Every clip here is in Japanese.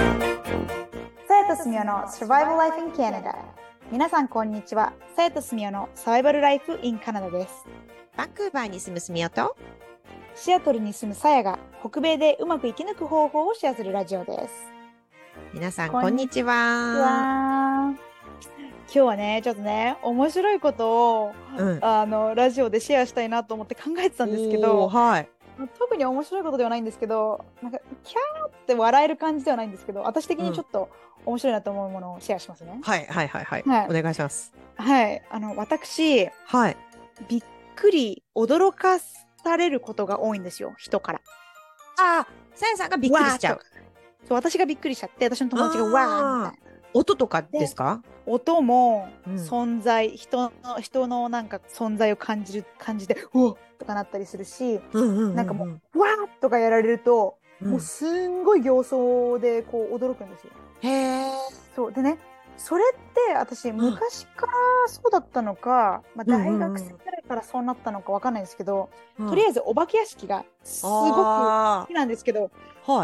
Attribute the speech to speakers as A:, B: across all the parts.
A: さやとすみおの Survival Life in Canada 皆さんこんにちはさやとすみおのサバイバルライフ in カナダです
B: バンクーバーに住むスミオと
A: シアトルに住むさやが北米でうまく生き抜く方法をシェアするラジオです
B: 皆さん
A: こん
B: こんにち
A: う
B: は。
A: わー今日はねちょっとね面白いことを
B: うん
A: あのラジオでシェアしたいなと思って考えてたんですけ
B: お
A: ど
B: ーはい。
A: 特に面白いことではないんですけどなんかキャーって笑える感じではないんですけど私的にちょっと面白いなと思うものをシェアしますね、
B: はいはいはいはい。
A: はい
B: お願いします。
A: はいあの私
B: はい。
A: びっくり驚かされることが多いんですよ人から
B: ああ、さやさんがびっくりしちゃ
A: わ
B: う
A: ー。そう私がびっくりしちゃって私の友達が
B: あー
A: わーみたいな
B: 音とかですか
A: 音も
B: うん
A: 存在、人の人のなんか存在を感じる感じでうおっとかなったりするし
B: うんうん
A: なんかもわーっとかやられると、
B: うん
A: もうすんごい形相でこう驚くんですよ
B: へえ。
A: そうでねそれって私昔からそうだったのか、まあ、
B: うんうんう
A: 大
B: ん
A: 学生くらいからそうなったのかわかんないですけど、と
B: と
A: りあ
B: えず
A: えずお化け屋敷がす
B: す
A: ごく好
B: は
A: きなんですけど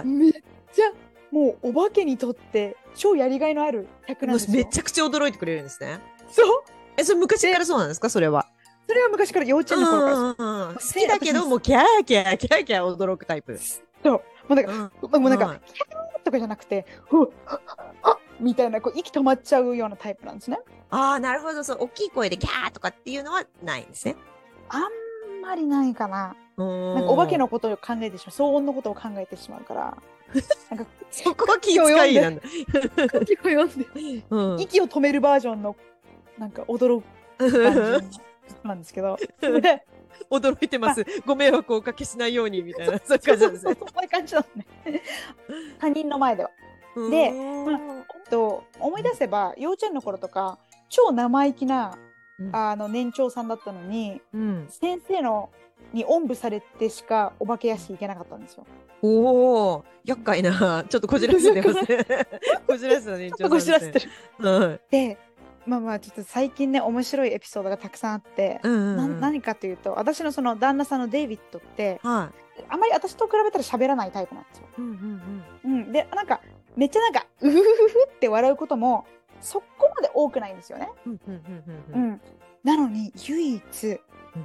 B: い。
A: めっちゃもうお化けにとって超やりがいのある客なんですよ
B: めちゃくちゃ驚いてくれるんですね。
A: そう
B: え、それ昔からそうなんですかそれは。
A: それは昔から幼稚園の頃からそう
B: うんうんうん好
A: で
B: きだけど、
A: 私
B: もうキャーキャーキャーキャー驚くタイ プ。
A: そうもうなんか、
B: うん
A: もうなんか、
B: はい
A: キャーとかじゃなくてふっああみたいなこう息止まっちゃうようなタイプなんですね
B: ああ、なるほど。そう、大きい声でキャーとかっていうのはないんですね。
A: あんまりないかな
B: な
A: なんかお化けのことを考えてしまう騒音のことを考えてしまうから なんか
B: そ こは気遣いなんだ。
A: 息を読んで
B: うん
A: 息を止めるバージョンのなんか驚く感じの人なんですけ どで
B: 驚いてます。ご迷惑をおかけしないようにみたいな。そう
A: そ
B: いう感
A: う
B: じ
A: そ
B: なん
A: う
B: です
A: そう
B: ね。
A: そういう感じなの ね他人の前ではで
B: うん
A: と思い出せば幼稚園の頃とか超生意気な
B: うん
A: あの年長さんだったのに
B: うん、
A: 先生のにおんぶされてしかお化け屋敷行けなかったんですよ。
B: おお、厄介な、ちょっとこじらせてま すね。こじらせたね、
A: ちょっとこじらせて
B: る。
A: る。
B: うん
A: でまあまあちょっと最近ね面白いエピソードがたくさんあって、
B: うんうん
A: な
B: うん。
A: 何かというと私のその旦那さんのデイビッドって
B: は
A: あまり私と比べたら喋らないタイプなんですよ。
B: い。うんうん
A: うん、でなんかめっちゃなんかうふふふって笑うこともそこまで多くないんですよね。
B: うん。うんうんうん
A: う
B: うん
A: ん、なのに唯一
B: う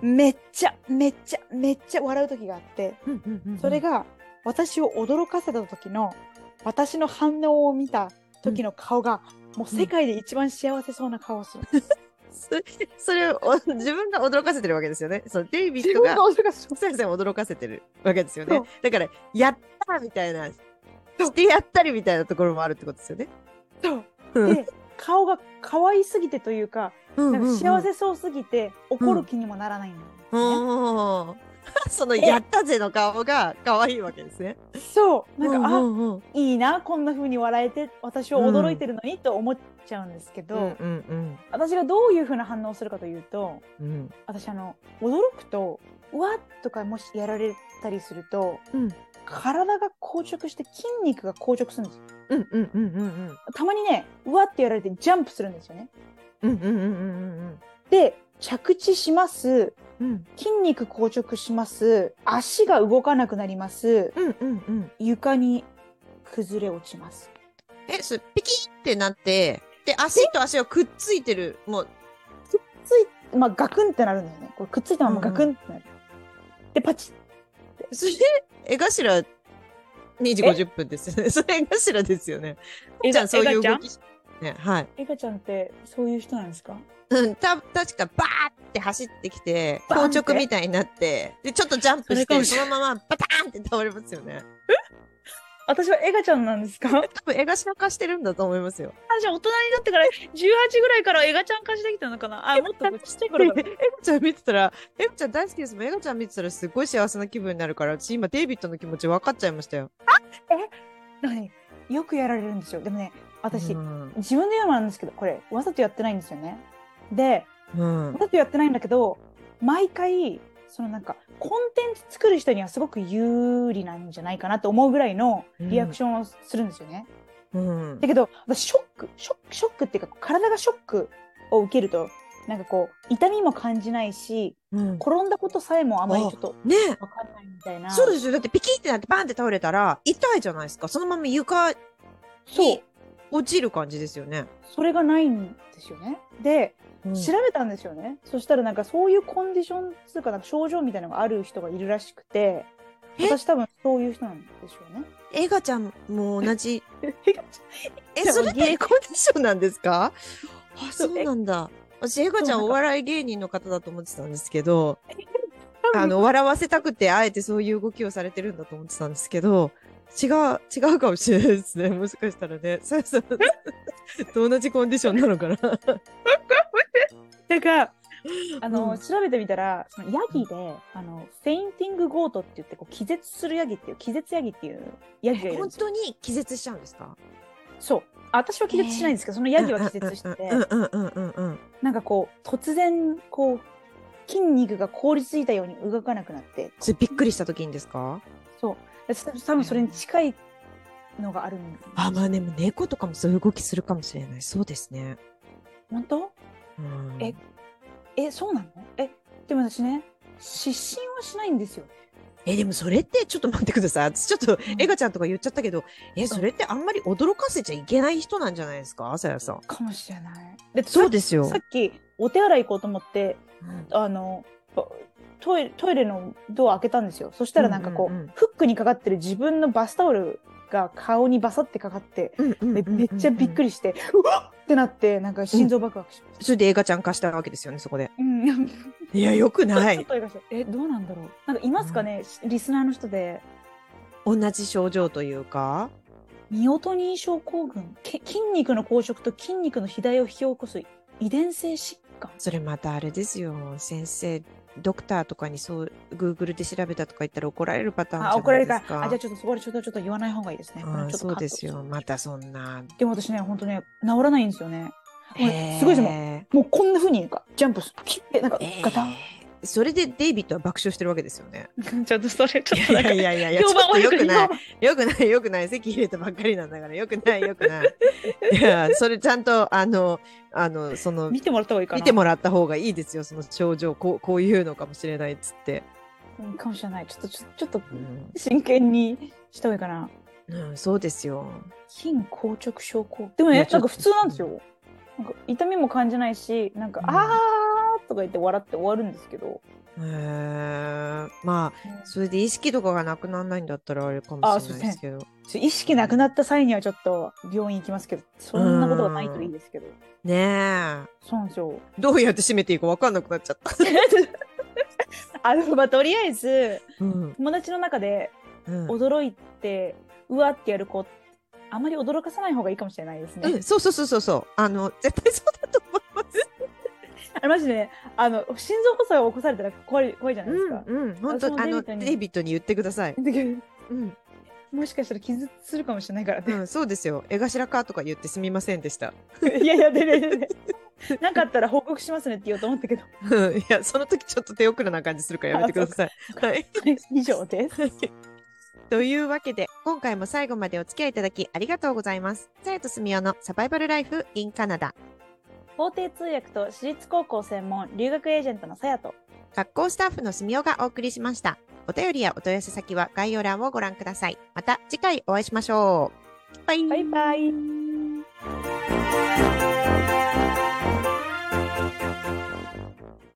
A: めっちゃめっちゃめっちゃ笑う時があって
B: うんうんうんうん。
A: それが私を驚かせた時の私の反応を見た時の顔がもう世界で一番幸せそうな顔をする。
B: それ、それをお自分が驚かせてるわけですよね。そう、デイビッ
A: 自
B: ド
A: 分
B: が
A: が。驚かせた
B: さやさんを驚かせてるわけですよ
A: そ
B: ね
A: う。
B: だから、やったーみたいな、し
A: そう
B: てやったりみたいなところもあるってことですよね。
A: そう
B: うん
A: で顔が可愛すぎてというか
B: うん
A: な
B: うん
A: ん
B: う
A: か
B: ん
A: 幸せそうすぎて怒る気にもならないんだよね。
B: おー そのやったぜの顔が可愛いわけですね。
A: そうなんか、あ
B: うんうんうん
A: いいなこんな風に笑えて私は驚いてるのにと思っちゃうんですけど、
B: うんうん
A: 私がどういう風な反応をするかというと
B: うんうん
A: 私あの驚くとうわっとかもしやられたりすると
B: うん
A: 体が硬直して筋肉が硬直するんですよ
B: うんうんうんうん
A: たまにねうわってやられてジャンプするんですよね
B: うんうんうんうんうん
A: で着地します
B: うん
A: 筋肉硬直します足が動かなくなります
B: うんうんうん
A: 床に崩れ落ちます
B: えそれピキってなってで足と足がくっついてるもう
A: ついまあガクンってなるんだよねこれくっついたままガクンってなる、でパチッ
B: それ絵頭2時50分ですよねそれ絵頭ですよね
A: え
B: じゃあそうい
A: え
B: う
A: がちゃ
B: 動
A: ん
B: きねはい
A: エカちゃんってそういう人なんですか
B: うんた確かバーって走ってきて
A: バーンって
B: 硬直みたいになってでちょっとジャン
A: そ
B: プし
A: れか
B: て
A: もし
B: そのままバターンって倒れますよね
A: 私はエガちゃんなんですかあ
B: 多分絵頭化してるんだと思いま すよ。
A: じゃあ大人になってから18ぐらいからエガちゃん化してきたのかなあもっとちっちゃい
B: エ
A: 頃
B: ガちゃん見てたら、エガちゃん大好きですもん。エガちゃん見てたらすごい幸せな気分になるから、私今デイビッドの気持ち分かっちゃいましたよ。
A: なんかねよくやられるんですよでもね私、
B: うん。
A: 自分で言うのもなんですけどこれわざとやってないんですよねで
B: うん
A: わざとやってないんだけど毎回そのなんかコンテンツ作る人にはすごく有利なんじゃないかなと思うぐらいのリアクションをするんですよね、
B: うん
A: だけど私ショックショックショックっていうか体がショックを受けるとなんかこう痛みも感じないし
B: うん、
A: 転んだことさえもあまりちょっと
B: ね
A: 分かんないみたいな
B: そうですよだってピキってなってバンって倒れたら痛いじゃないですかそのまま床
A: そう
B: に落ちる感じですよね。
A: それがないんですよねで
B: うん
A: 調べたんですよね、そしたらなんかそういうコンディションつうかなんか症状みたいなのがある人がいるらしくて
B: え
A: 私多分そういう人なんでしょうね
B: エガちゃんも同じえ
A: じゃあ
B: それってコンディションなんですかあ
A: そ
B: そううなんだ私エガちゃんお笑い芸人の方だと思ってたんですけど
A: 多分
B: あの笑わせたくてあえてそういう動きをされてるんだと思ってたんですけど違う違うかもしれないですねもしかしたらねそうそうと同じコンディションなのかな
A: だからあの、
B: うん
A: 調べてみたらそのヤギであのフェインティングゴートって言ってこう気絶するヤギっていう気絶ヤギっていうヤギがいるん
B: 本
A: ですよ
B: 当に気絶しちゃうんですか
A: そうあ私は気絶しないんですけど、そのヤギは気絶してて、
B: うんうんうんうんうん
A: なんかこう突然こう筋肉が凍りついたように動かなくなって
B: それびっくりした時にですか
A: そう私多分それに近いのがあるんです
B: あまあでも猫とかもそういう動きするかもしれないそうですね、
A: 本当
B: うん
A: ええそうなのえでも私ね失神はしないんですよ
B: えでもそれってちょっと待ってください私ちょっと
A: ん
B: エガちゃんとか言っちゃったけどえそれってあんまり驚かせちゃいけない人なんじゃないですか朝やさん
A: かもしれないで
B: そうですよ
A: さっきお手洗い行こうと思って
B: うん
A: あのトイレトイレのドア開けたんですよそしたらなんかこう,、
B: うんうんうん
A: フックにかかってる自分のバスタオルが顔にバサってかかって
B: うんうんうん
A: で
B: うん
A: めっちゃびっくりして、うわっってなってなんか心臓爆発しました、
B: それでエガちゃん化したわけですよねそこで
A: うん ち
B: いやよく
A: ょ
B: な
A: ちょっ
B: い
A: と映画しえどうなんだろうなんかいますかね、リスナーの人で
B: 同じ症状というか
A: ミオトニー症候群け筋肉の硬直と筋肉の肥大を引き起こす遺伝性疾患
B: それまたあれですよ先生ドクターとかにそうグーグルで調べたとか言ったら怒られるパターンじ
A: あ
B: ゃ
A: 怒られ
B: な
A: る
B: いで
A: か
B: す
A: ら
B: か
A: あじゃあちょっとそこでちょっとちょっと言わない方がいいですねこれ
B: う
A: ちょ
B: ん
A: っと
B: そうです
A: カッ
B: よ
A: ト
B: またそんな
A: でも私ね本当ね治らないんですよねもう
B: へー
A: すごいですもんもうこんなふうにかジャンプすピッてなんかガタン、
B: それでデイビッドは爆笑してるわけですよ ね。
A: ちょっとそれち
B: いやいやいやいや、ちょっとよくない。よくない、よくない。席入れたばっかりなんだから、よくない、よくない。いや、それちゃんと、あの、あの、その、
A: 見てもらった方がいいかな
B: 見てもらった方がいいですよ、その症状、こう、こういうのかもしれないっつって。
A: うんかもしれないちょっとちょちょっと
B: うん、
A: 真剣にした方がいいかな
B: うんそうですよ。
A: 筋硬直症候でもね
B: ね
A: なんか普通なんですよなんか痛みも感じないしなんか、
B: うん
A: あーとか言って笑って終わるんですけど、
B: へーまあ、それで意識とかがなくならないんだったら、あれかもしれないですけど。
A: ちょ意識なくなった際にはちょっと病院行きますけどそんなことがないといいですけど
B: ねえ。
A: そうなんですよ
B: どうやって締めていいか分かんなくなっちゃった。
A: あのまあとりあえず
B: うん。
A: 友達の中で
B: うん
A: 驚いてうわってやる子あまり驚かさない方がいいかもしれないですね。
B: うん、そうそうそうそうそう。あの、絶対そうだと思います。
A: あれマジでねあの心臓発作を起こされたら怖い怖いじゃないですか。
B: うん、うん、本
A: 私
B: 当、
A: も
B: あの、
A: デイビッドに
B: デイビッドに言ってください。
A: だけど
B: うん、
A: もしかしたら傷するかもしれないから
B: う
A: ね。
B: ん、そうですよ。絵頭かとか言ってすみませんでした。
A: いやいやでねでねなかったら報告しますねって言おうと思ったけど
B: うんいや、その時ちょっと手遅れな感じするからやめてください。はい。
A: 以上です。
B: というわけで、今回も最後までお付き合いいただきありがとうございます。さやとすみおのサバイバルライフ in カナダ。
A: 法廷通訳と私立高校専門留学エージェントのさやと
B: 学校スタッフのすみおがお送りしました。お便りやお問い合わせ先は概要欄をご覧ください。また次回お会いしましょう。バイ
A: バイバイ。